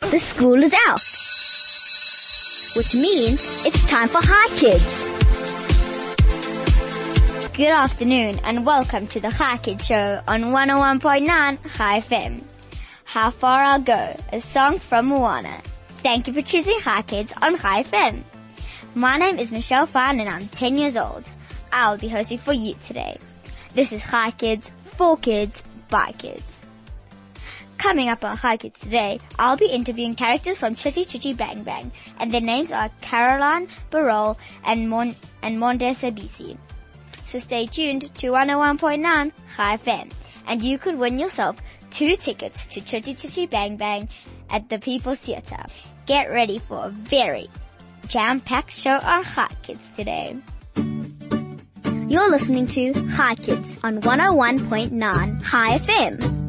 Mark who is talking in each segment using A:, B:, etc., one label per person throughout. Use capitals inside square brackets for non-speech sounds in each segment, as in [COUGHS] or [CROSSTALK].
A: the school is out. Which means it's time for Hi Kids.
B: Good afternoon and welcome to the Hi Kids Show on 101.9 Hi FM. How Far I'll Go, a song from Moana. Thank you for choosing Hi Kids on Hi FM. My name is Michelle Fan and I'm 10 years old. I will be hosting for you today. This is Hi Kids, for kids, by kids. Coming up on Hi Kids today, I'll be interviewing characters from Chitty Chitty Bang Bang and their names are Caroline Barol and, Mon- and Monde Sabisi. So stay tuned to 101.9 High FM and you could win yourself two tickets to Chitty Chitty Bang Bang at the People's Theatre. Get ready for a very jam-packed show on Hot Kids today.
A: You're listening to Hi Kids on 101.9 Hi FM.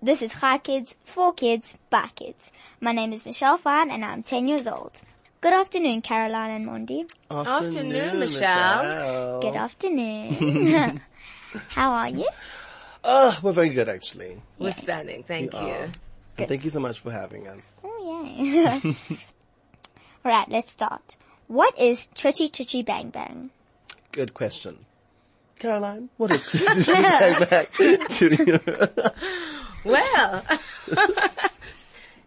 B: This is Hi Kids, for kids, by kids. My name is Michelle Fan and I'm 10 years old. Good afternoon, Caroline and Mondi.
C: Afternoon,
D: Afternoon,
C: Michelle.
D: Michelle.
B: Good afternoon. How are you?
D: Oh, we're very good actually.
C: We're stunning. Thank
D: You are.
C: you.
D: And thank you so much for having us.
B: Oh, yeah. right, let's start. What is Chitty Chitty Bang Bang?
D: Good question. Caroline, what
C: [LAUGHS]
D: is [LAUGHS] back, back to
C: Well,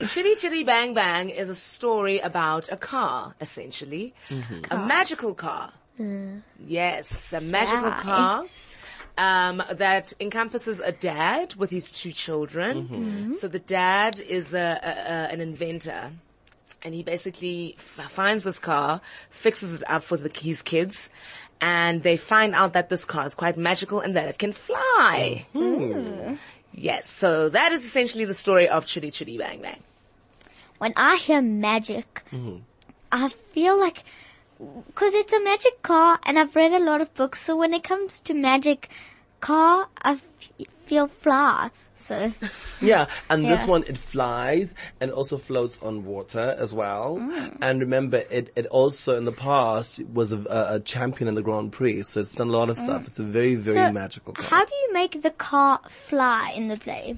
C: Chitty Chitty Bang Bang is a story about a car, essentially. A magical car. Yes, a magical
B: Right.
C: car. Um, that encompasses a dad with his two children. Mm-hmm. So the dad is a, a, a, an inventor. and he basically f- finds this car, fixes it up for the, his kids, and they find out that this car is quite magical and that it can fly. Yes, so that is essentially the story of Chitty Chitty Bang Bang.
B: When I hear magic, I feel like, cause it's a magic car and I've read a lot of books, so when it comes to magic car, I f- feel fly. So,
D: [LAUGHS] Yeah, and
B: Yeah.
D: this one it flies and also floats on water as well.
C: Mm.
D: And remember, it it also in the past was a, a, a champion in the Grand Prix, so it's done a
C: Mm.
D: lot of stuff. It's a very very
B: so
D: magical. Car.
B: how do you make the car fly in the play?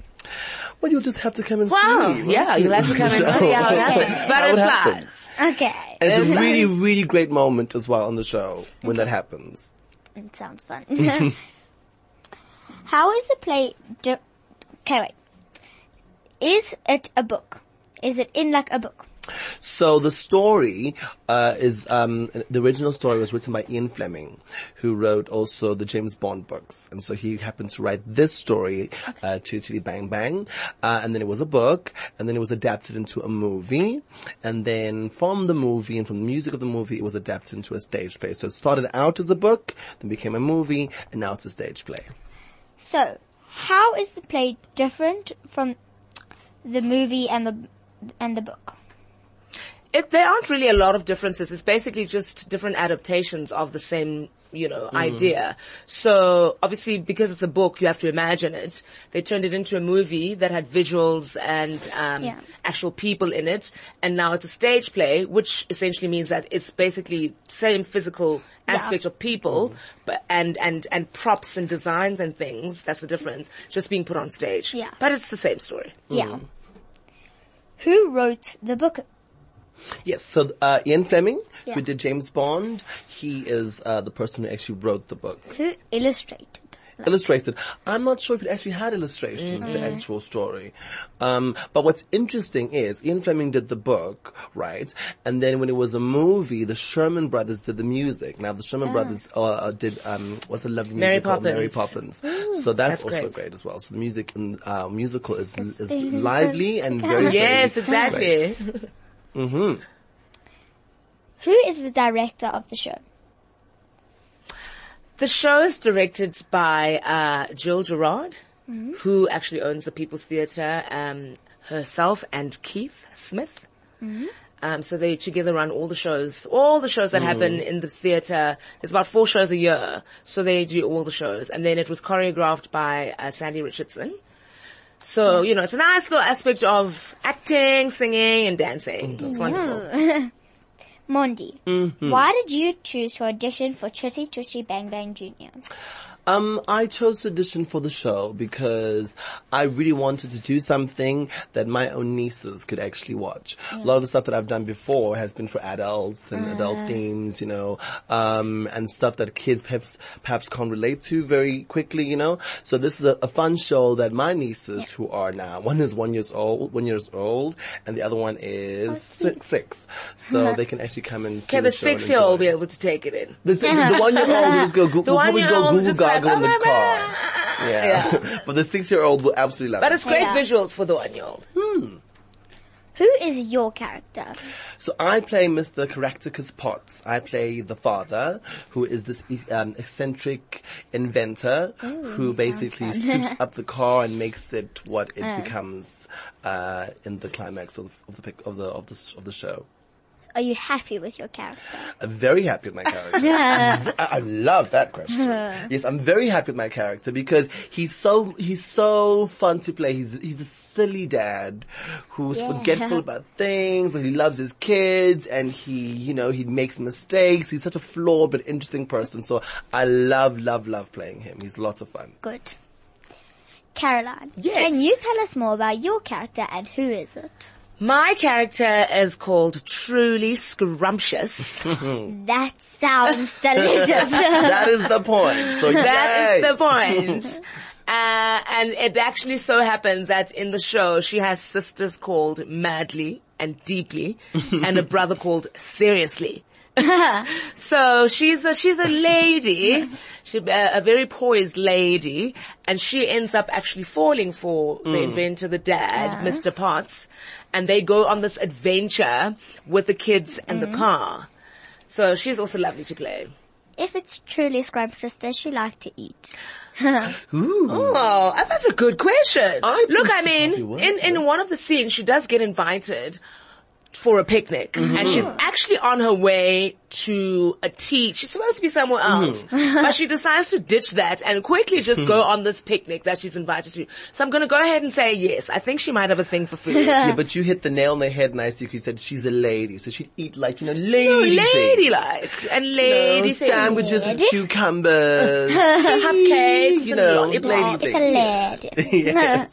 D: well, you'll just have to come and
C: Wow,
D: see. won't
C: yeah,
D: you?
C: you'll have to come
D: [LAUGHS]
C: and see how it happens. But
D: How
C: it
D: it
C: flies.
D: happens.
B: Okay.
D: And it's a really really great moment as well on the show when that happens.
B: It sounds fun. [LAUGHS] How is the play? Di- okay, wait. Is it a book? Is it in like a book?
D: So the story uh, is um, the original story was written by Ian Fleming, who wrote also the James Bond books, and so he happened to write this story, uh, Chitty Chitty Bang Bang, uh, and then it was a book, and then it was adapted into a movie, and then from the movie and from the music of the movie, it was adapted into a stage play. So it started out as a book, then became a movie, and now it's a stage play.
B: So, how is the play different from the movie and the and the book?
C: It, there aren't really a lot of differences. It's basically just different adaptations of the same, you know, idea. So obviously, because it's a book, you have to imagine it. They turned it into a movie that had visuals and um,
B: Yeah.
C: actual people in it, and now it's a stage play, which essentially means that it's basically same physical aspect of people, but and and and props and designs and things. That's the difference. Just being put on stage.
B: Yeah.
C: but it's the same story.
D: Hmm.
B: Yeah. Who wrote the book?
D: Yes, so uh, Ian Fleming,
B: Yeah.
D: who did James Bond, he is uh, the person who actually wrote the book.
B: Who illustrated?
D: illustrated. I'm not sure if it actually had illustrations, the
C: Mm-hmm.
D: actual story. Um, but what's interesting is Ian Fleming did the book, right? And then when it was a movie, the Sherman Brothers did the music. Now the Sherman Brothers uh, uh, did um, what's the lovely
C: Ah. Mary
D: music called? Mary
C: Poppins.
D: Poppins. so that's,
C: that's
D: also
C: great.
D: great. as well. So the music in uh, musical is is lively and very very
C: Yes,
D: great.
C: exactly.
B: Who is the director of the show?
C: The show is directed by uh, Jill Gerard, who actually owns the People's Theatre um, herself, and Keith Smith. Um, so they together run all the shows, all the shows that happen in the theatre. There's about four shows a year, so they do all the shows. And then it was choreographed by uh, Sandy Richardson. So you know, it's a nice little aspect of acting, singing, and dancing. It's wonderful.
D: Mm-hmm.
B: Mondi, why did you choose to audition for Chitty Chitty Bang Bang Junior?
D: Um, I chose to audition for the show because I really wanted to do something that my own nieces could actually watch. A lot of the stuff that I've done before has been for adults and
C: Uh-huh.
D: adult themes, you know, um, and stuff that kids perhaps, perhaps can't relate to very quickly, you know. So this is a, a fun show that my nieces who are now, one is one years old, one years old, and the other one is six, six.
C: [LAUGHS]
D: So they can actually come and see
C: Oh, Okay, the
D: show and
C: six year old
D: enjoy
C: will be
D: it.
C: able to take it in.
D: The,
C: [LAUGHS]
D: the one year old will just go Google,
C: The one year
D: go
C: old
D: Google
C: just like, "Oh,
D: goggle in the
C: "Mama!"
D: car.
C: [LAUGHS]
D: Yeah. [LAUGHS] but the six year old will absolutely love
C: But
D: it.
C: it's great
B: Yeah.
C: visuals for the one year old.
B: Who is your character?
D: So I play Mr. Caractacus Potts. I play the father, who is this e- um, eccentric inventor who basically soups
C: [LAUGHS]
D: up the car and makes it what it becomes uh, in the climax of, of the pic- of the of the s- of the show.
B: Are you happy with your character?
D: I'm very happy
C: [LAUGHS]
D: with my character. I, I love that question. yes, I'm very happy with my character because he's so he's so fun to play. He's he's a silly dad who's forgetful about things, but he loves his kids and he you know he makes mistakes. He's such a flawed but interesting person. So I love love love playing him. He's lots of fun.
B: [COUGHS] Good. Caroline,
C: Yes.
B: can you tell us more about your character and who is it?
C: My character is called Truly Scrumptious.
B: That sounds [LAUGHS]
D: [LAUGHS]
B: delicious.
D: that is the point. So
C: [LAUGHS] That is
D: yay.
C: the point. [LAUGHS] Uh, and it actually so happens that in the show she has sisters called Madly and Deeply and a brother called Seriously. so she's a, she's a lady, she, uh, a, a very poised lady, and she ends up actually falling for the inventor, the dad, Mr. Potts, and they go on this adventure with the kids and the car. So she's also lovely to play.
B: if it's truly scrumptious, does she like to eat?
C: Oh, and that's a good question.
D: I
C: Look,
D: think
C: I
D: she probably
C: mean,
D: will.
C: in, in one of the scenes, she does get invited for a picnic
D: Mm-hmm.
C: and she's actually on her way to a tea. She's supposed to be somewhere else,
D: Mm-hmm.
C: but she decides to ditch that and quickly
D: [LAUGHS]
C: just go on this picnic that she's invited to. So I'm going to go ahead and say yes. I think she might have a thing for food.
D: [LAUGHS] Yeah, but you hit the nail on the head nicely because you said she's a lady, so she'd eat like, you know, lady
C: So
D: things.
C: ladylike and lady
D: know, sandwiches with cucumbers,
C: [LAUGHS] cupcakes,
D: you
C: and
D: know,
C: lollipops.
D: lady
B: It's
D: things.
B: a lad.
D: [LAUGHS] Yes.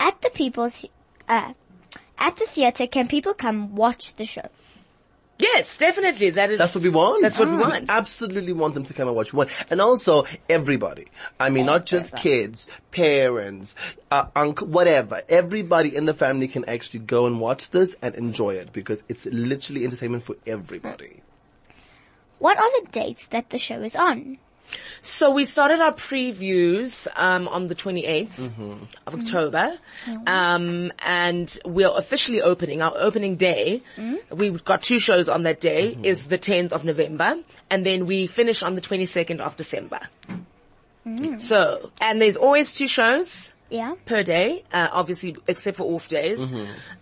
B: At the people's, uh, at the theatre, can people come watch the show?
C: Yes, definitely. That is.
D: That's what we want. Mm.
C: That's what we want.
D: absolutely want them to come and watch. We want, and also everybody. I mean, not just kids, parents, uh, uncle, whatever. Everybody in the family can actually go and watch this and enjoy it because it's literally entertainment for everybody.
B: What are the dates that the show is on?
C: So we started our previews um, on the 28th of October, um, and we're officially opening. Our opening day, we've got two shows on that day, is the 10th of November, and then we finish on the 22nd of December. So, and there's always two shows
B: Yeah.
C: per day, uh, obviously except for off days.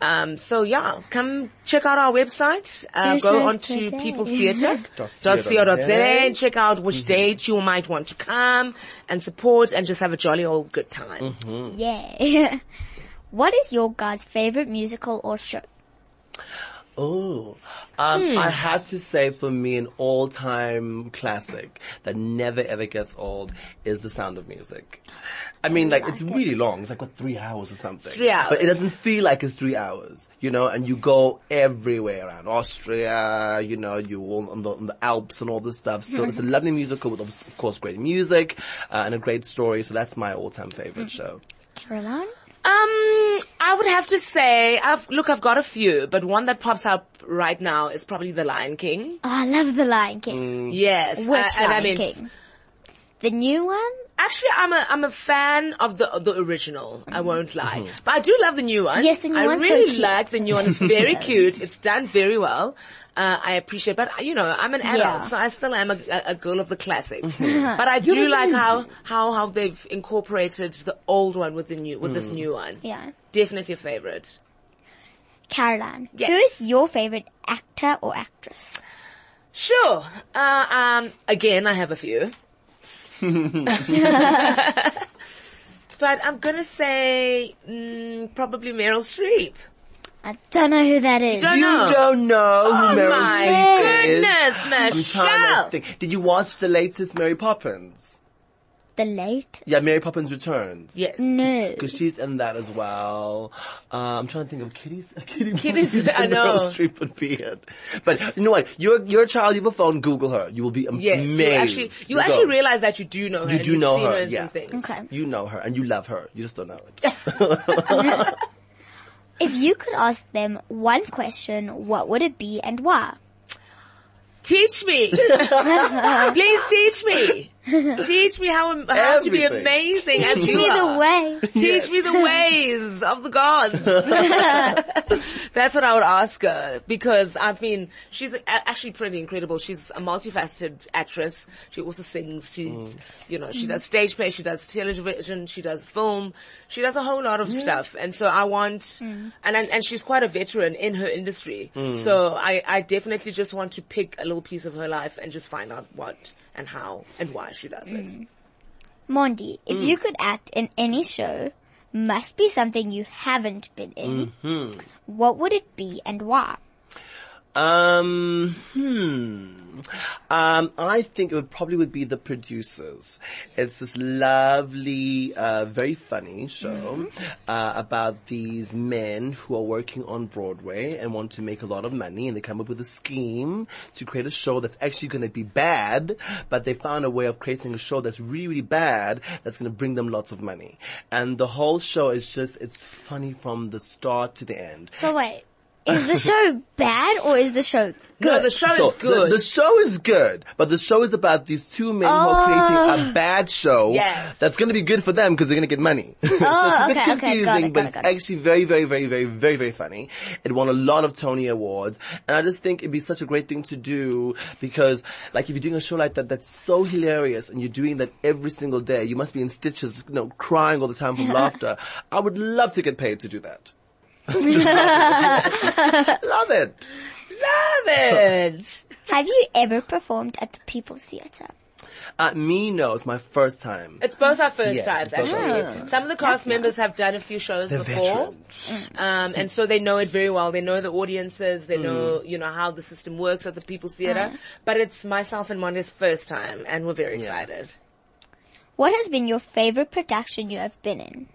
C: Um, so yeah, come check out our website. Uh,
B: Two
C: go
B: shows
C: on to
B: per day.
C: People's Theatre
D: Dot
C: Mm-hmm. dot Mm-hmm.
D: co dot
C: co.za
D: za.
C: and check out which dates you might want to come and support and just have a jolly old good time. Hmm.
B: Yeah. [LAUGHS] what is your guys' favorite musical or show?
D: Oh, um,
C: Hmm.
D: I have to say for me an all-time classic that never ever gets old is The Sound of Music. I mean, like, it's really long. It's like, what, three hours or something?
C: Three hours.
D: But it doesn't feel like it's three hours, you know, and you go everywhere around Austria, you know, you all on the, on the Alps and all this stuff. So it's a lovely musical with, of course, great music uh, and a great story. So that's my all-time
C: Mm.
D: favorite show.
B: Caroline?
C: Um, I would have to say, I've, look, I've got a few, but one that pops up right now is probably The Lion King.
B: Oh, I love The Lion King.
C: Yes.
B: Which
C: uh, and
B: Lion
C: I mean,
B: King? The new one?
C: Actually, I'm a I'm a fan of the the original. I won't lie, but I do love the new one.
B: Yes, the new
C: I
B: one's so
C: really
B: cute.
C: like the new one.
B: [LAUGHS]
C: It's very cute. It's done very well. Uh, I appreciate, but you know, I'm an adult,
B: Yeah.
C: so I still am a, a, a girl of the classics.
B: [LAUGHS]
C: but I do like how how how they've incorporated the old one with the new with this new one.
B: Yeah.
C: Definitely a favorite.
B: Caroline,
C: Yes.
B: who is your favorite actor or actress?
C: Sure. Uh, um, again, I have
D: [LAUGHS]
C: a few. but I'm gonna say mm, probably Meryl Streep.
B: I don't know who that is.
C: Don't
D: You
C: know.
D: don't know
C: Oh
D: who Meryl
C: my
D: Streep is.
C: goodness,
D: I'm trying to
C: Michelle!
D: think. Did you watch the latest Mary Poppins?
B: The late?
D: Yeah, Mary Poppins Returns.
C: Yes.
B: No.
D: Because she's in that as well. Uh, I'm trying to think of Kitty's. [LAUGHS] Kitty
C: Kitty's- I know.
D: Meryl Streep would be it. But you know what? You're, you're a child. You have a phone. Google her. You will be amazed.
C: Yes. You actually, you
D: Go.
C: actually realize that you do know her.
D: You
C: and
D: do
C: you've
D: know
C: seen
D: her,
C: her in
D: yeah.
C: some things.
B: Okay.
D: You know her and you love her. You just don't know
C: [LAUGHS]
D: it.
B: If you could ask them one question, what would it be and why?
D: [LAUGHS]
C: Teach me. Please teach me. Teach me how, how to be
D: Everything.
C: amazing. as
B: Teach
C: you
B: me the
C: are. [LAUGHS]
B: way.
C: Teach me the ways of the gods. That's what I would ask her because I mean, she's a- actually pretty incredible. She's a multifaceted actress. She also sings. She's, you know, she does stage play. She does television. She does film. She does a whole lot of stuff. And so I want, and, and and she's quite a veteran in her industry. So I I definitely just want to pick a little piece of her life and just find out what and how and why she does it.
B: Mondi, if
D: Mm.
B: you could act in any show, must be something you haven't been in.
D: Mm-hmm.
B: What would it be and why?
D: Um, hmm. Um, I think it would probably would be the producers. It's this lovely, uh, very funny show uh, about these men who are working on Broadway and want to make a lot of money, and they come up with a scheme to create a show that's actually going to be bad, but they found a way of creating a show that's really, really bad that's going to bring them lots of money. And the whole show is just it's funny from the start to the end.
B: So wait, is the
D: [LAUGHS]
B: show bad or is the show good?
C: No, the show
D: So,
C: is good.
D: The, the show is good, but the show is about these two men who are
B: Ah.
D: creating a bad show
C: Yes.
D: that's going to be good for them because they're going to get money. [LAUGHS] so it's
B: [LAUGHS] Oh,
D: a
B: okay, okay,
D: bit
B: got
D: confusing,
B: it,
D: but
B: got it,
D: it's
B: got it.
D: actually very, very, very, very, very, very funny. It won a lot of Tony Awards, and I just think it'd be such a great thing to do because, like, if you're doing a show like that, that's so hilarious, and you're doing that every single day, you must be in stitches, you know, crying all the time
B: [LAUGHS]
D: from laughter. I would love to get paid to do that. [LAUGHS] Just
B: [LAUGHS]
D: love it.
C: Love it.
B: Have you ever performed at the People's Theatre?
D: Uh, me, no, it's my first time.
C: It's both our first
D: Yes,
C: times,
D: it's both our
C: actually.
D: first times.
C: Some of the cast members have done a few shows
D: They're
C: before,
D: veterans.
C: um, and so they know it very well. They know the audiences. They know,
D: Mm.
C: you know, how the system works at the People's Theatre. But it's myself and Monia's first time, and we're very excited.
B: What has been your favorite production you have been in?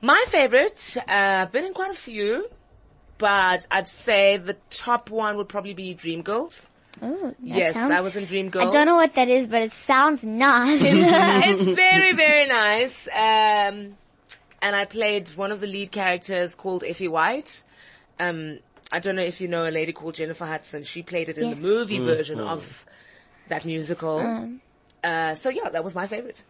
C: My favorite, uh, I've been in quite a few, but I'd say the top one would probably be Dreamgirls.
B: Oh, that
C: Yes,
B: sounds,
C: I was in Dreamgirls.
B: I don't know what that is, but it sounds
D: Mm-hmm.
B: nice.
C: [LAUGHS] it's very, very nice. Um, and I played one of the lead characters called Effie White. Um, I don't know if you know a lady called Jennifer Hudson. She played it in
B: Yes.
C: the movie
D: Mm,
C: version of that musical. Uh, so yeah, that was my favorite.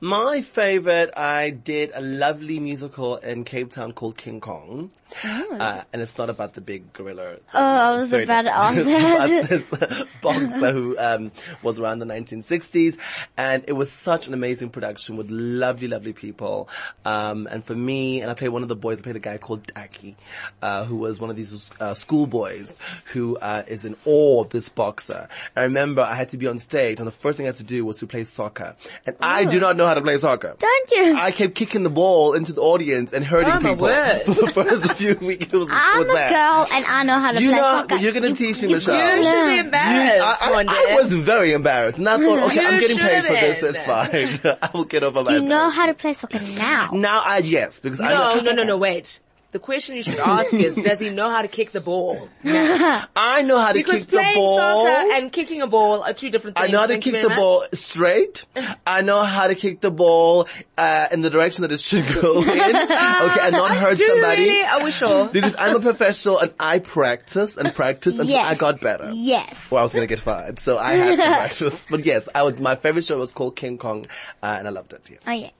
D: My favorite, I did a lovely musical in Cape Town called King Kong. Uh, and it's not about the big gorilla.
B: oh, I was
D: very
B: about to ask
D: [LAUGHS] about
B: that.
D: this boxer who um, was around the 1960s, and it was such an amazing production with lovely, lovely people. Um, and for me, and I played one of the boys. I played a guy called Daki, uh, who was one of these uh, schoolboys who uh, is in awe of this boxer. I remember I had to be on stage, and the first thing I had to do was to play soccer, and I do not know how to play soccer.
B: [LAUGHS] Oh. Don't you?
D: I kept kicking the ball into the audience and hurting
C: Oh, my
D: people
C: word.
D: [LAUGHS] for the first few weeks. It was,
B: I'm
D: was
B: a
D: that.
B: girl and I know how to
D: You
B: play
D: know,
B: soccer.
D: you're gonna teach me,
B: you
D: Michelle.
C: You
B: learn.
C: should be embarrassed,
D: I, I-
C: Monday.
D: I was very embarrassed, and I thought, okay,
C: You
D: I'm getting paid for
C: should've
D: this. It's
C: been.
D: fine. [LAUGHS] I will get over my.
B: You know
D: embarrassment.
B: how to play soccer now.
D: Now I yes, because I
C: No, no, no, no, wait. The question you should ask [LAUGHS] is, does he know how to kick the [LAUGHS] ball?
D: [LAUGHS] I know how to
C: Because
D: kick the
C: playing
D: ball.
C: soccer and kicking a ball are two different
D: I
C: things.
D: know how to
C: Thank you
D: kick the
C: very much.
D: ball straight. I know how to kick the ball uh, in the direction that it should
C: [LAUGHS]
D: go in. Okay, and not hurt
C: Do you
D: somebody.
C: really? Are
D: [LAUGHS]
C: we sure?
D: Because I'm a professional and I practice and practice until
B: Yes.
D: I got better.
B: Yes.
D: Well, I was gonna get fired, so I
C: [LAUGHS]
D: had to practice. But yes, I was. My favorite show was called King Kong, uh, and I loved it. Yes.
B: Oh yeah.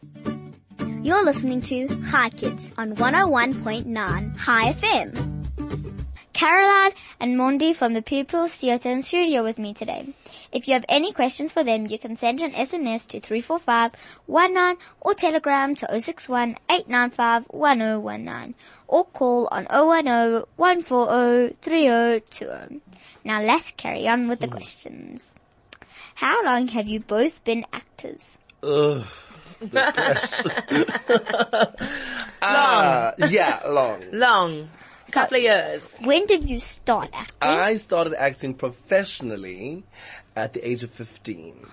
A: You're listening to Hi Kids on 101.9 Hi FM.
B: Caroline and Mondi from the Pupils Theatre and Studio with me today. If you have any questions for them, you can send an SMS to 34519 or telegram to 061 895 1019 or call on 010 140 3020. Now let's carry on with the
C: Hmm.
B: questions. How long have you both been actors?
D: Ugh.
B: [LAUGHS]
D: Uh, yeah,
B: [LAUGHS]
D: long.
B: Hmm?
C: Long. Couple of years.
B: When did you start acting?
C: Uh,
D: I started acting professionally at the age of 15.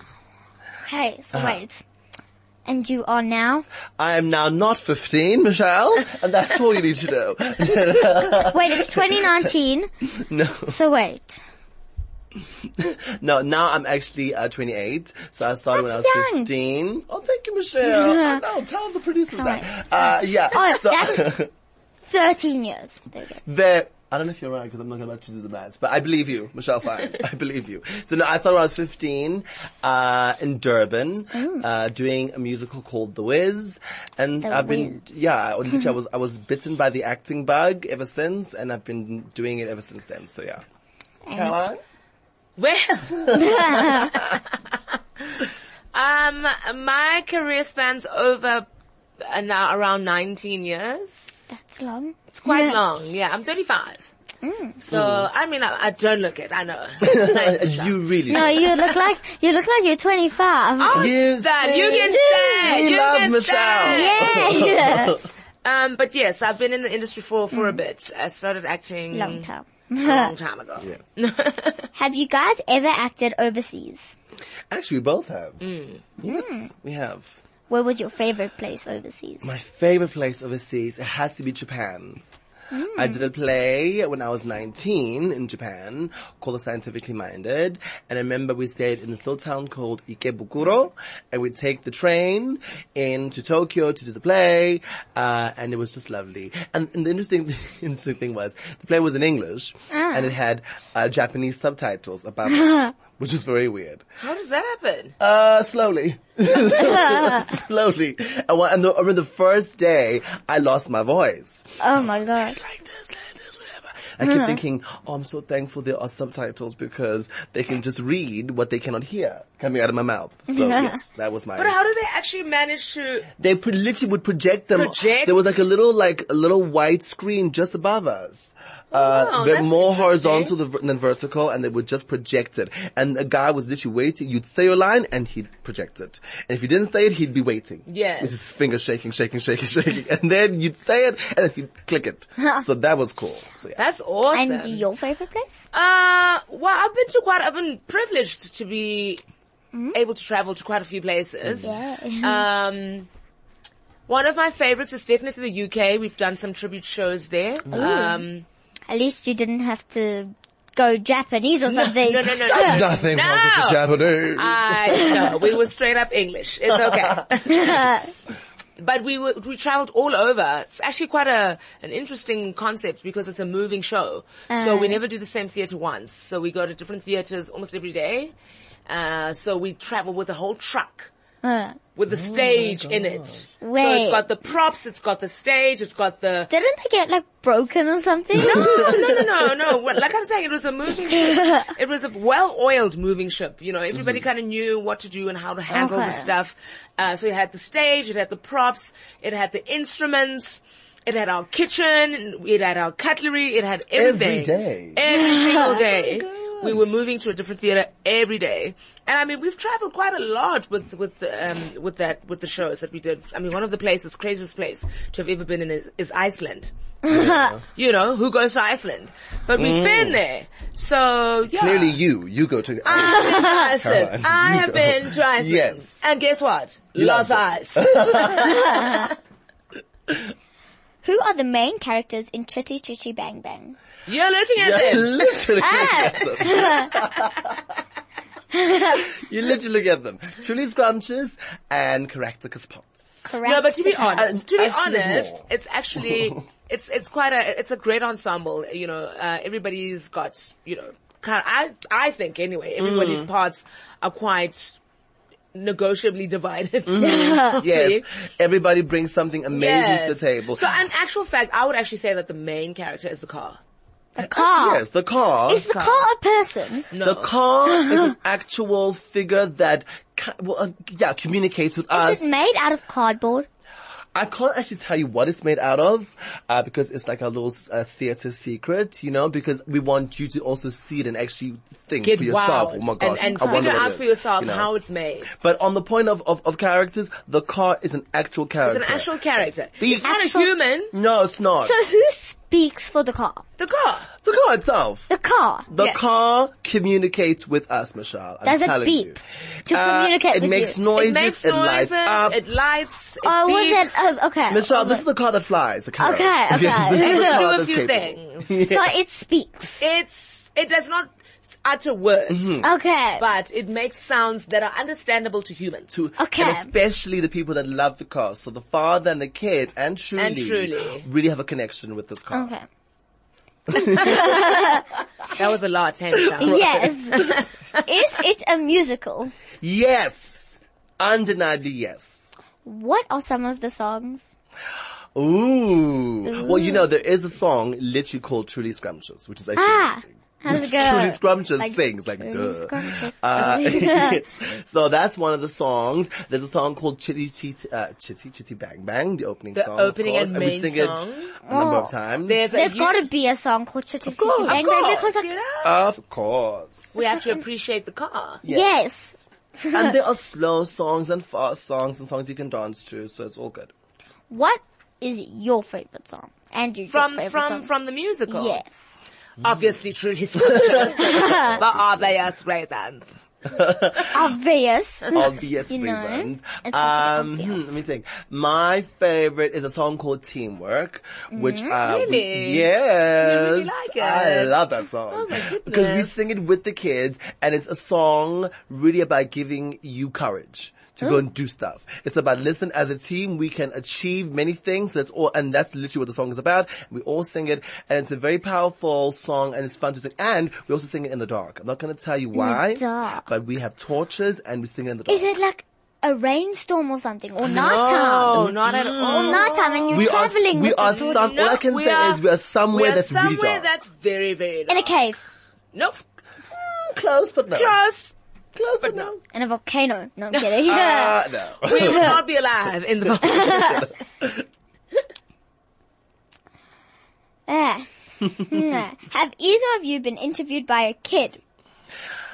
B: Hey, so
C: uh-huh.
B: wait. And you are now?
D: I am now not 15, Michelle, and that's all you need to know. [LAUGHS]
B: Wait,
C: [LAUGHS]
B: it's 2019.
D: No,
B: So wait.
D: no, now I'm actually uh, 28, so I started when I was
B: That's young.
D: 15. Oh, thank
B: [LAUGHS]
D: you, Michelle.
B: Yeah.
D: I know, tell the producers that. Uh, yeah.
B: Oh,
D: so- [LAUGHS]
B: that's- 13 years. There you go.
D: there. I don't know if you're right because I'm not about to do the maths, but I believe you, Michelle Fine. I believe you. So no, I thought when I was 15, uh, in Durban,
C: Mm.
D: uh, doing a musical called The Wiz. And I've been, yeah, I-
C: [LAUGHS]
D: literally I was, I was bitten by the acting bug ever since and I've been doing it ever since then. So yeah. Caroline?
C: Well, [LAUGHS] um, my career spans over uh, now around 19 years.
B: That's long.
C: It's quite long. Yeah, I'm 35. So I mean, I, I don't look it. I know.
D: [LAUGHS]
C: Thanks, Michelle.
D: you really
B: No, you look like, you look like you're 25.
C: Oh,
D: You
C: Stan, you
D: see?
C: can stand.
D: We
C: you
D: love
C: can
D: Michelle.
C: stand.
D: [LAUGHS]
B: Yeah.
C: Um, but yes, I've been in the industry for for a bit. I started acting
B: Long time.
C: a long time ago.
B: Have you guys ever acted overseas?
D: Actually, we both have. Yes, we have.
B: Where was your favorite place overseas?
D: My favorite place overseas has to be Japan. I did a play when I was 19 in Japan called The Scientifically Minded. And I remember we stayed in this little town called Ikebukuro and we'd take the train into Tokyo to do the play. Uh, and it was just lovely. And, and the interesting, [LAUGHS] interesting thing was the play was in English and it had uh, Japanese subtitles above it, which is very weird.
C: [LAUGHS] How does that happen?
D: Uh,
C: [LAUGHS]
D: slowly. [LAUGHS] slowly. And, one, and the, I remember the first day, I lost my voice.
B: Oh my gosh.
D: Like this, like this, whatever. I kept
C: Mm-hmm.
D: thinking, oh, I'm so thankful there are subtitles because they can just read what they cannot hear coming out of my mouth. So yes, that was my.
C: But how do they actually manage to?
D: they pro- literally would project them.
C: Project?
D: There was like a little, like a little white screen just above us. Uh,
C: Wow,
D: they're
C: Oh, that's
D: more
C: interesting.
D: horizontal than ver- than vertical and they would just project it. And a guy was literally waiting. You'd say your line and he'd project it. And if you didn't say it, he'd be waiting.
C: Yes.
D: With his fingers shaking, shaking, shaking, [LAUGHS] shaking. And then you'd say it and then he'd click it. so that was cool. So yeah.
C: That's awesome.
B: And your favorite place?
C: Uh, well, I've been to quite, I've been privileged to be able to travel to quite a few places. Uh, Yeah. Um, one of my favorites is definitely the UK. We've done some tribute shows there. Um,
B: At least you didn't have to go Japanese or something.
C: no, no, no, no. Uh,
D: Nothing wrong with the Japanese.
C: I know. We were straight up English. It's okay.
B: [LAUGHS]
C: but we were, we traveled all over. It's actually quite a, an interesting concept because it's a moving show. so we never do the same theater once. So we go to different theaters almost every day. Uh, so we travel with a whole truck.
B: Uh,
C: With the stage in it. So
B: Wait.
C: it's got the props, it's got the stage, it's got the
B: Didn't they get like broken or something?
C: no, no, no,
D: [LAUGHS]
C: no, no. Well, Like I'm saying, it was a moving ship. It was a well-oiled moving ship. You know, everybody
D: Mm-hmm.
C: kind of knew what to do and how to handle the
B: Okay.
C: stuff. Uh, so it had the stage, it had the props, it had the instruments, it had our kitchen, it had our cutlery, it had
D: Every day.
C: everything.
D: Oh [LAUGHS]
C: Every single day. We were moving to a different theater every day, and I mean we've traveled quite a lot with with um, with that with the shows that we did. I mean one of the places, craziest place to have ever been in is, is Iceland you know, who goes to Iceland. But we've been there. So,
D: Mm.
C: yeah. [LAUGHS]
D: Clearly you, you go to, uh,
C: I've been to Iceland.
D: Caroline,
C: I
D: you
C: have
D: go. [LAUGHS]
C: been to Iceland.
D: Yes.
C: And guess what? Loves
D: Loves
C: ice.
B: Who are the main characters in Chitty Chitty Bang Bang?
C: You're looking
D: [LAUGHS]
C: at
D: Yeah,
C: them.
D: literally
C: Ah.
D: look at them. [LAUGHS] you literally look at them. Truly scrumptious and Caractacus Potts.
B: Correct.
C: No, but to be
D: And
C: honest, to be
D: actually
C: honest,
D: more.
C: it's
D: [LAUGHS]
C: actually, it's, it's quite a, it's a great ensemble. You know, uh, everybody's got, you know, kind I, I think anyway, everybody's
D: Mm.
C: parts are quite negotiably divided.
D: Mm-hmm.
C: [LAUGHS]
D: Yes. Everybody brings something amazing to
C: Yes.
D: the table.
C: So in actual fact, I would actually say that the main character is the car.
B: the car.
D: Uh, yes, the car.
B: Is the car a person?
C: No.
D: The car
C: [GASPS]
D: is an actual figure that, ca- well, uh, yeah, communicates with us.
B: Is it made out of cardboard?
D: I can't actually tell you what it's made out of, uh, because it's like a little uh, theater secret, you know, because we want you to also see it and actually think
C: Get
D: for yourself.
C: wowed
D: Oh my gosh.
C: and, and
D: I wonder
C: figure
D: what it
C: out
D: is,
C: for yourself
D: you know.
C: how it's made.
D: But on the point of, of, of characters, the car is an actual
C: It's
D: character.
C: an actual character.
D: These-
C: it's not a
D: Actual-
C: human.
D: No, it's not.
B: So who speaks for the car.
C: The car.
D: The car itself.
B: The car.
D: The
C: Yeah.
D: car communicates with us, Michelle. I'm
B: Does it
D: telling
B: beep
D: you. Uh,
B: to communicate
D: it
B: with
D: makes
B: you?
D: noises,
C: it makes
D: it
C: noises.
D: lights up.
C: It lights. It
B: Oh, was it?
C: beeps.
B: Oh, okay.
D: Michelle, this is the car that flies. Okay, [LAUGHS]
B: Okay, okay.
C: [LAUGHS]
D: this is the
C: It can
D: car
C: do a
D: that's
C: few
D: capable.
C: things.
B: So it speaks.
C: It's, it does not utter words,
D: Mm-hmm.
B: Okay.
C: but it makes sounds that are understandable to humans.
D: to-
B: Okay.
D: [LAUGHS] and especially the people that love the car. So the father and the kids and truly,
C: And truly.
D: really have a connection with this car.
C: [LAUGHS]
B: Okay.
C: That was a lot, hands down.
B: Yes.
C: [LAUGHS]
B: is it a musical?
D: Yes. Undeniably yes.
B: What are some of the songs?
D: Ooh. Well, you know, there is a song literally called Truly Scrumptious, which is actually
B: Ah,
D: amazing.
B: how's it go?
D: [LAUGHS] Truly Scrumptious
B: Like,
D: things like
B: Truly
D: duh.
B: Scrumptious. [LAUGHS]
D: Uh, [LAUGHS] so that's one of the songs. There's a song called Chitty Chitty, uh, Chitty Chitty Bang Bang, the opening
C: The
D: song.
C: opening
D: of course,
C: and
D: and we
C: main
D: sing
C: song.
D: it a number
B: Oh.
D: of times.
C: There's a
B: There's
C: you-
B: gotta be a song called Chitty Chitty
D: course, of
B: Bang Bang because
C: course,
B: like,
C: you know?
D: of course.
B: [LAUGHS]
C: we have to appreciate the car.
B: yes.
D: and there are slow songs and fast songs and songs you can dance to, so it's all good.
B: What is your favorite song? Andrew's
C: From,
B: your favorite
C: from,
B: song.
C: from the musical.
B: yes.
C: Obviously, truly
B: [LAUGHS]
C: scrumptious. but are they as raisins?
B: Obvious.
D: [LAUGHS] Obvious
B: You know,
D: reasons.
B: it's not
D: Um,
B: obvious.
D: hmm, let me think. My favorite is a song called Teamwork, which uh, we-
C: Mm, Really?
D: yes,
C: You really like
D: I
C: it?
D: love that song.
C: Oh my
D: Because we
C: goodness.
D: sing it with the kids, and it's a song really about giving you courage. To
C: Oh.
D: go and do stuff. It's about listen as a team we can achieve many things. That's all, and that's literally what the song is about. We all sing it, and it's a very powerful song, and it's fun to sing. And we also sing it in the dark. I'm not going to tell you why,
B: dark.
D: but we have torches and we sing it in the dark.
B: Is it like a rainstorm or something? Or nighttime?
C: No, not
D: Mm.
C: at all.
B: Or nighttime and you're
D: we are,
B: traveling
D: we
B: with
D: are
B: the torch
D: some, all I can
C: we
D: say
C: are-
D: is we are somewhere
C: We are
D: that's
C: somewhere
D: really dark.
C: that's very, very
B: in
C: dark.
B: a cave,
C: Nope.
D: Mm, close but no.
C: Close.
D: Close but, no.
B: in a volcano. No, I'm kidding. [LAUGHS]
D: Ah, no. [LAUGHS]
C: [LAUGHS] We would not be alive in the
B: Ah. Hmm. Have either of you been interviewed by a kid?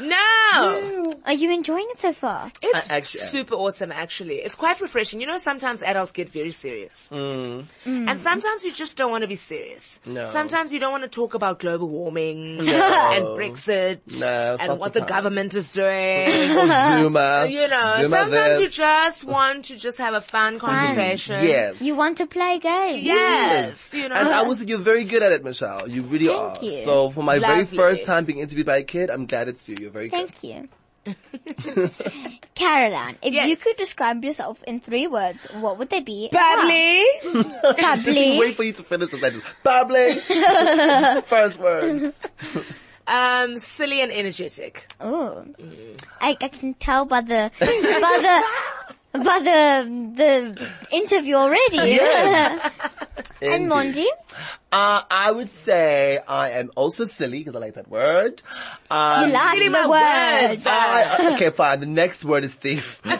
C: No!
B: Are you enjoying it so far?
C: It's
D: I actually am.
C: super awesome actually. It's quite refreshing. You know sometimes adults get very serious. And sometimes you just don't want to be serious.
D: Mm. No.
C: Sometimes you don't want to talk about global warming and Brexit
D: No, it's
C: and
D: not
C: what
D: the
C: the,
D: time.
C: government is doing.
D: [LAUGHS] Zuma.
C: [LAUGHS] you know,
D: Zuma
C: sometimes you
D: this.
C: just want to just have a fun conversation.
D: Yes.
B: You want to play games?
C: Yes. You know.
D: and I will say you're very good at it, Michelle. You really
B: Thank
D: are.
B: you.
D: So for my very
C: Lovely.
D: first time being interviewed by a kid, I'm glad it's you. You're very good.
B: Thank you. Caroline, if you
C: Yes.
B: could describe yourself in three words, what would they be?
D: [LAUGHS]
C: Bubbly.
B: Bubbly.
D: Wait for you to finish the sentence. Bubbly.
B: [LAUGHS]
D: [LAUGHS] first word.
C: Um, silly and energetic.
B: Oh, I, I can tell by the by
C: [LAUGHS]
B: the by the the interview already. [LAUGHS] and Mondi,
D: Uh, I would say I am also silly because I like that word. Um,
B: you like the
C: my
B: Uh, word.
C: words.
D: I, okay, fine. The next word is thief. [LAUGHS] no,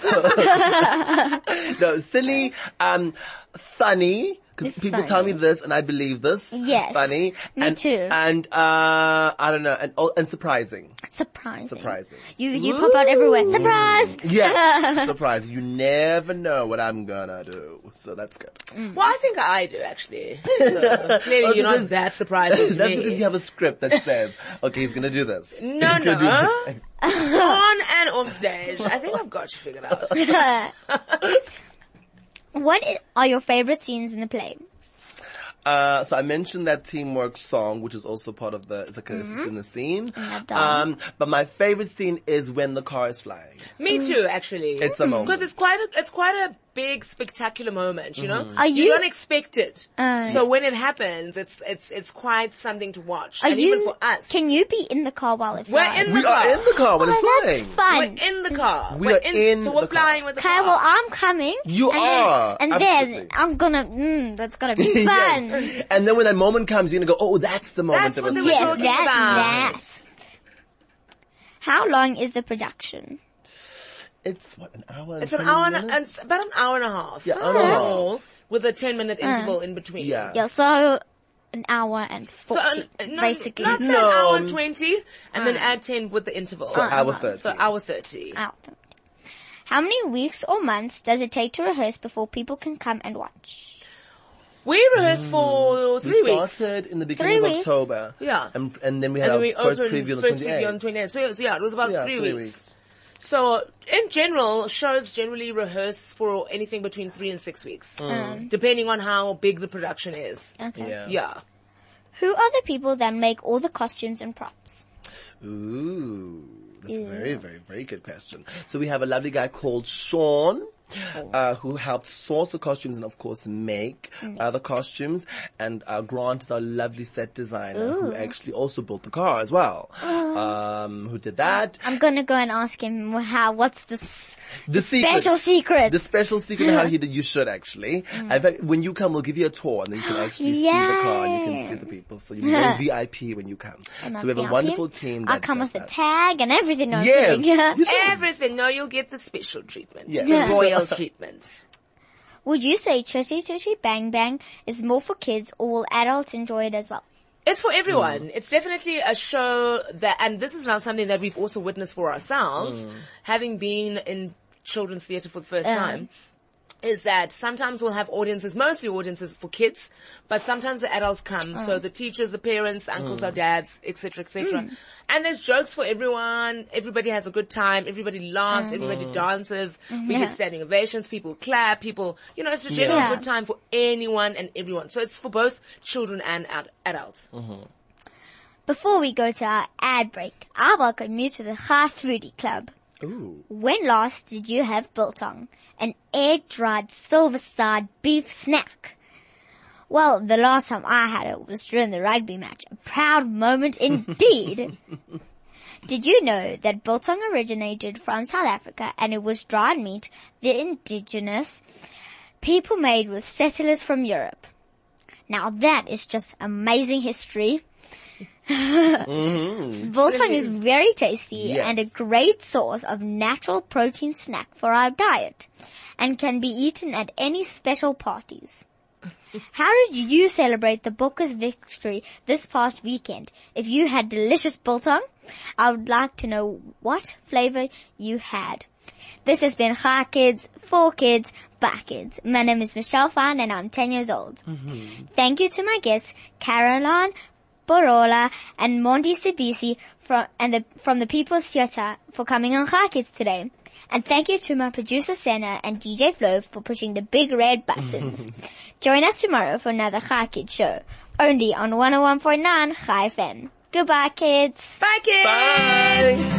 D: silly, um, funny. Because people tell me this, and I believe this.
B: Yes.
D: funny.
B: Me
D: and,
B: too.
D: And uh, I don't know, and oh, and surprising,
C: Uh,
B: Surprising.
D: surprising.
B: You you pop out everywhere.
C: [LAUGHS]
B: Surprise!
D: Yeah, surprising. You never know what I'm gonna do, so that's good.
C: Well, I think I do actually. So,
D: [LAUGHS]
C: clearly,
D: Well,
C: you're
D: Oh, this
C: not
D: is-
C: that
D: [LAUGHS]
C: surprising to
D: [LAUGHS] that's
C: me.
D: because you have a script that says, "Okay, he's gonna do this."
C: No,
D: He's gonna do
C: no.
D: this.
C: On and off stage. I think I've got you figured out.
B: [LAUGHS] What i- are your favorite scenes in the play?
D: Uh, so I mentioned that teamwork song, which is also part of the, it's like a,
C: Mm-hmm.
D: it's in the scene. Um, but my favorite scene is when the car is flying.
C: Me too, actually.
D: It's a moment.
C: because it's quite a it's quite a big spectacular moment. You know,
B: Are you- Uh,
C: don't expect it. so when it happens, it's it's it's quite something to watch.
B: Are
C: and
B: you?
C: even for us,
B: Can you be in the car while it
C: We're
B: flies?
C: in the
D: We are
C: car.
D: in the car when
B: oh,
D: it's
B: that's fun.
D: flying.
C: we're in the car.
D: We
C: We're
D: are in
C: so we're
D: the car.
C: flying with the
B: Okay,
C: car.
B: well, I'm coming.
D: You
B: and
D: are,
B: Then, and
D: absolutely.
B: then I'm gonna, mm, that's gonna
C: [LAUGHS]
B: be fun.
D: [LAUGHS] Yes. And then when that moment comes, you're gonna go, oh, that's the moment
C: That's
D: that
C: what they
D: we're
C: were
B: Yes,
D: talking
C: talking
B: that-
C: about.
B: that. How long is the production?
D: It's what, an hour and
C: It's an
D: 20
C: hour and
D: minutes?
C: and it's about an hour and a half.
D: Yeah, hour and a half.
C: Overall, With a ten minute interval in between.
D: Yeah.
B: Yeah, so an hour and
C: So,
B: 40,
C: uh, no,
B: basically.
C: Not
D: No.
C: an hour and 20, and then add 10 with the interval.
D: So hour 30.
C: So hour 30.
B: Out. How many weeks or months does it take to rehearse before people can come and watch?
C: We rehearsed for three
D: we
C: weeks.
D: started in the beginning
B: Three
D: of
B: weeks.
D: October.
C: Yeah.
D: And, and then we had
C: And then
D: our
C: we
D: first
C: opened
D: preview on the
C: first preview on
D: 28th.
C: 28th. So, yeah, so yeah, it was about
D: Yeah,
C: three, So in general, shows generally rehearse for anything between three and six weeks, depending on how big the production is.
B: Okay.
D: Yeah.
C: Yeah.
B: Who are the people that make all the costumes and props?
D: Ooh, that's a very, very, very good question. So we have a lovely guy called Sean. Uh, who helped source the costumes and of course make
B: Mm.
D: uh, the costumes and uh, Grant is our lovely set designer who actually also built the car as well.
B: Uh-huh.
D: Um, who did that?
B: I'm gonna go and ask him how. What's this?
D: The
B: special secret. Mm.
D: The special secret of
B: [LAUGHS]
D: how he did. You should actually. In fact, when you come, we'll give you a tour, and then you can actually see the car and you can see the people. So
B: [LAUGHS]
D: you're very VIP when you come. So we have a wonderful team.
B: I'll
D: that
B: come
D: does
B: with a
D: that.
B: tag and everything. No, I'm
D: Yes.
B: kidding.
D: You should.
C: Everything. No, you'll get the special treatment,
D: Yeah.
C: the
D: Yeah.
C: [LAUGHS] royal treatment.
B: [LAUGHS] Would you say Chitty Chitty Bang Bang is more for kids or will adults enjoy it as well?
C: It's for everyone. It's definitely a show that, and this is now something that we've also witnessed for ourselves, having been in children's theatre for the first
B: Uh-huh.
C: time. Is that sometimes we'll have audiences, mostly audiences for kids, but sometimes the adults come.
B: Uh-huh.
C: So the teachers, the parents, uncles, our dads, etc., etc.
B: Mm.
C: And there's jokes for everyone. Everybody has a good time. Everybody laughs. Everybody dances. We
B: Uh-huh. Mm-hmm. Yeah.
C: get standing ovations. People clap. People, you know, it's a general
B: Yeah.
C: good time for anyone and everyone. So it's for both children and ad- adults.
B: Before we go to our ad break, I welcome you to the High Foodie Club.
D: Ooh.
B: When last did you have biltong, an air-dried silver-starred beef snack? Well, the last time I had it was during the rugby match. A proud moment indeed. did you know that biltong originated from South Africa and it was dried meat the indigenous people made with settlers from Europe? Now that is just amazing history. [LAUGHS] Biltong is very tasty
D: Yes.
B: and a great source of natural protein snack for our diet and can be eaten at any special parties. How did you celebrate the Bokkers victory this past weekend? If you had delicious biltong, I would like to know what flavor you had. This has been Hi Kids, for Kids, by Kids. My name is Michelle Fan and I'm 10 years old. Thank you to my guests, Caroline Borola and Mondi Sibisi from, and the, from the People's Theatre for coming on Hi Kids today. And thank you to my producer Senna and DJ Flo for pushing the big red buttons. Join us tomorrow for another Hi Kids show, oh only on 101.9 Hi FM. Goodbye kids!
C: Bye, kids.
D: Bye.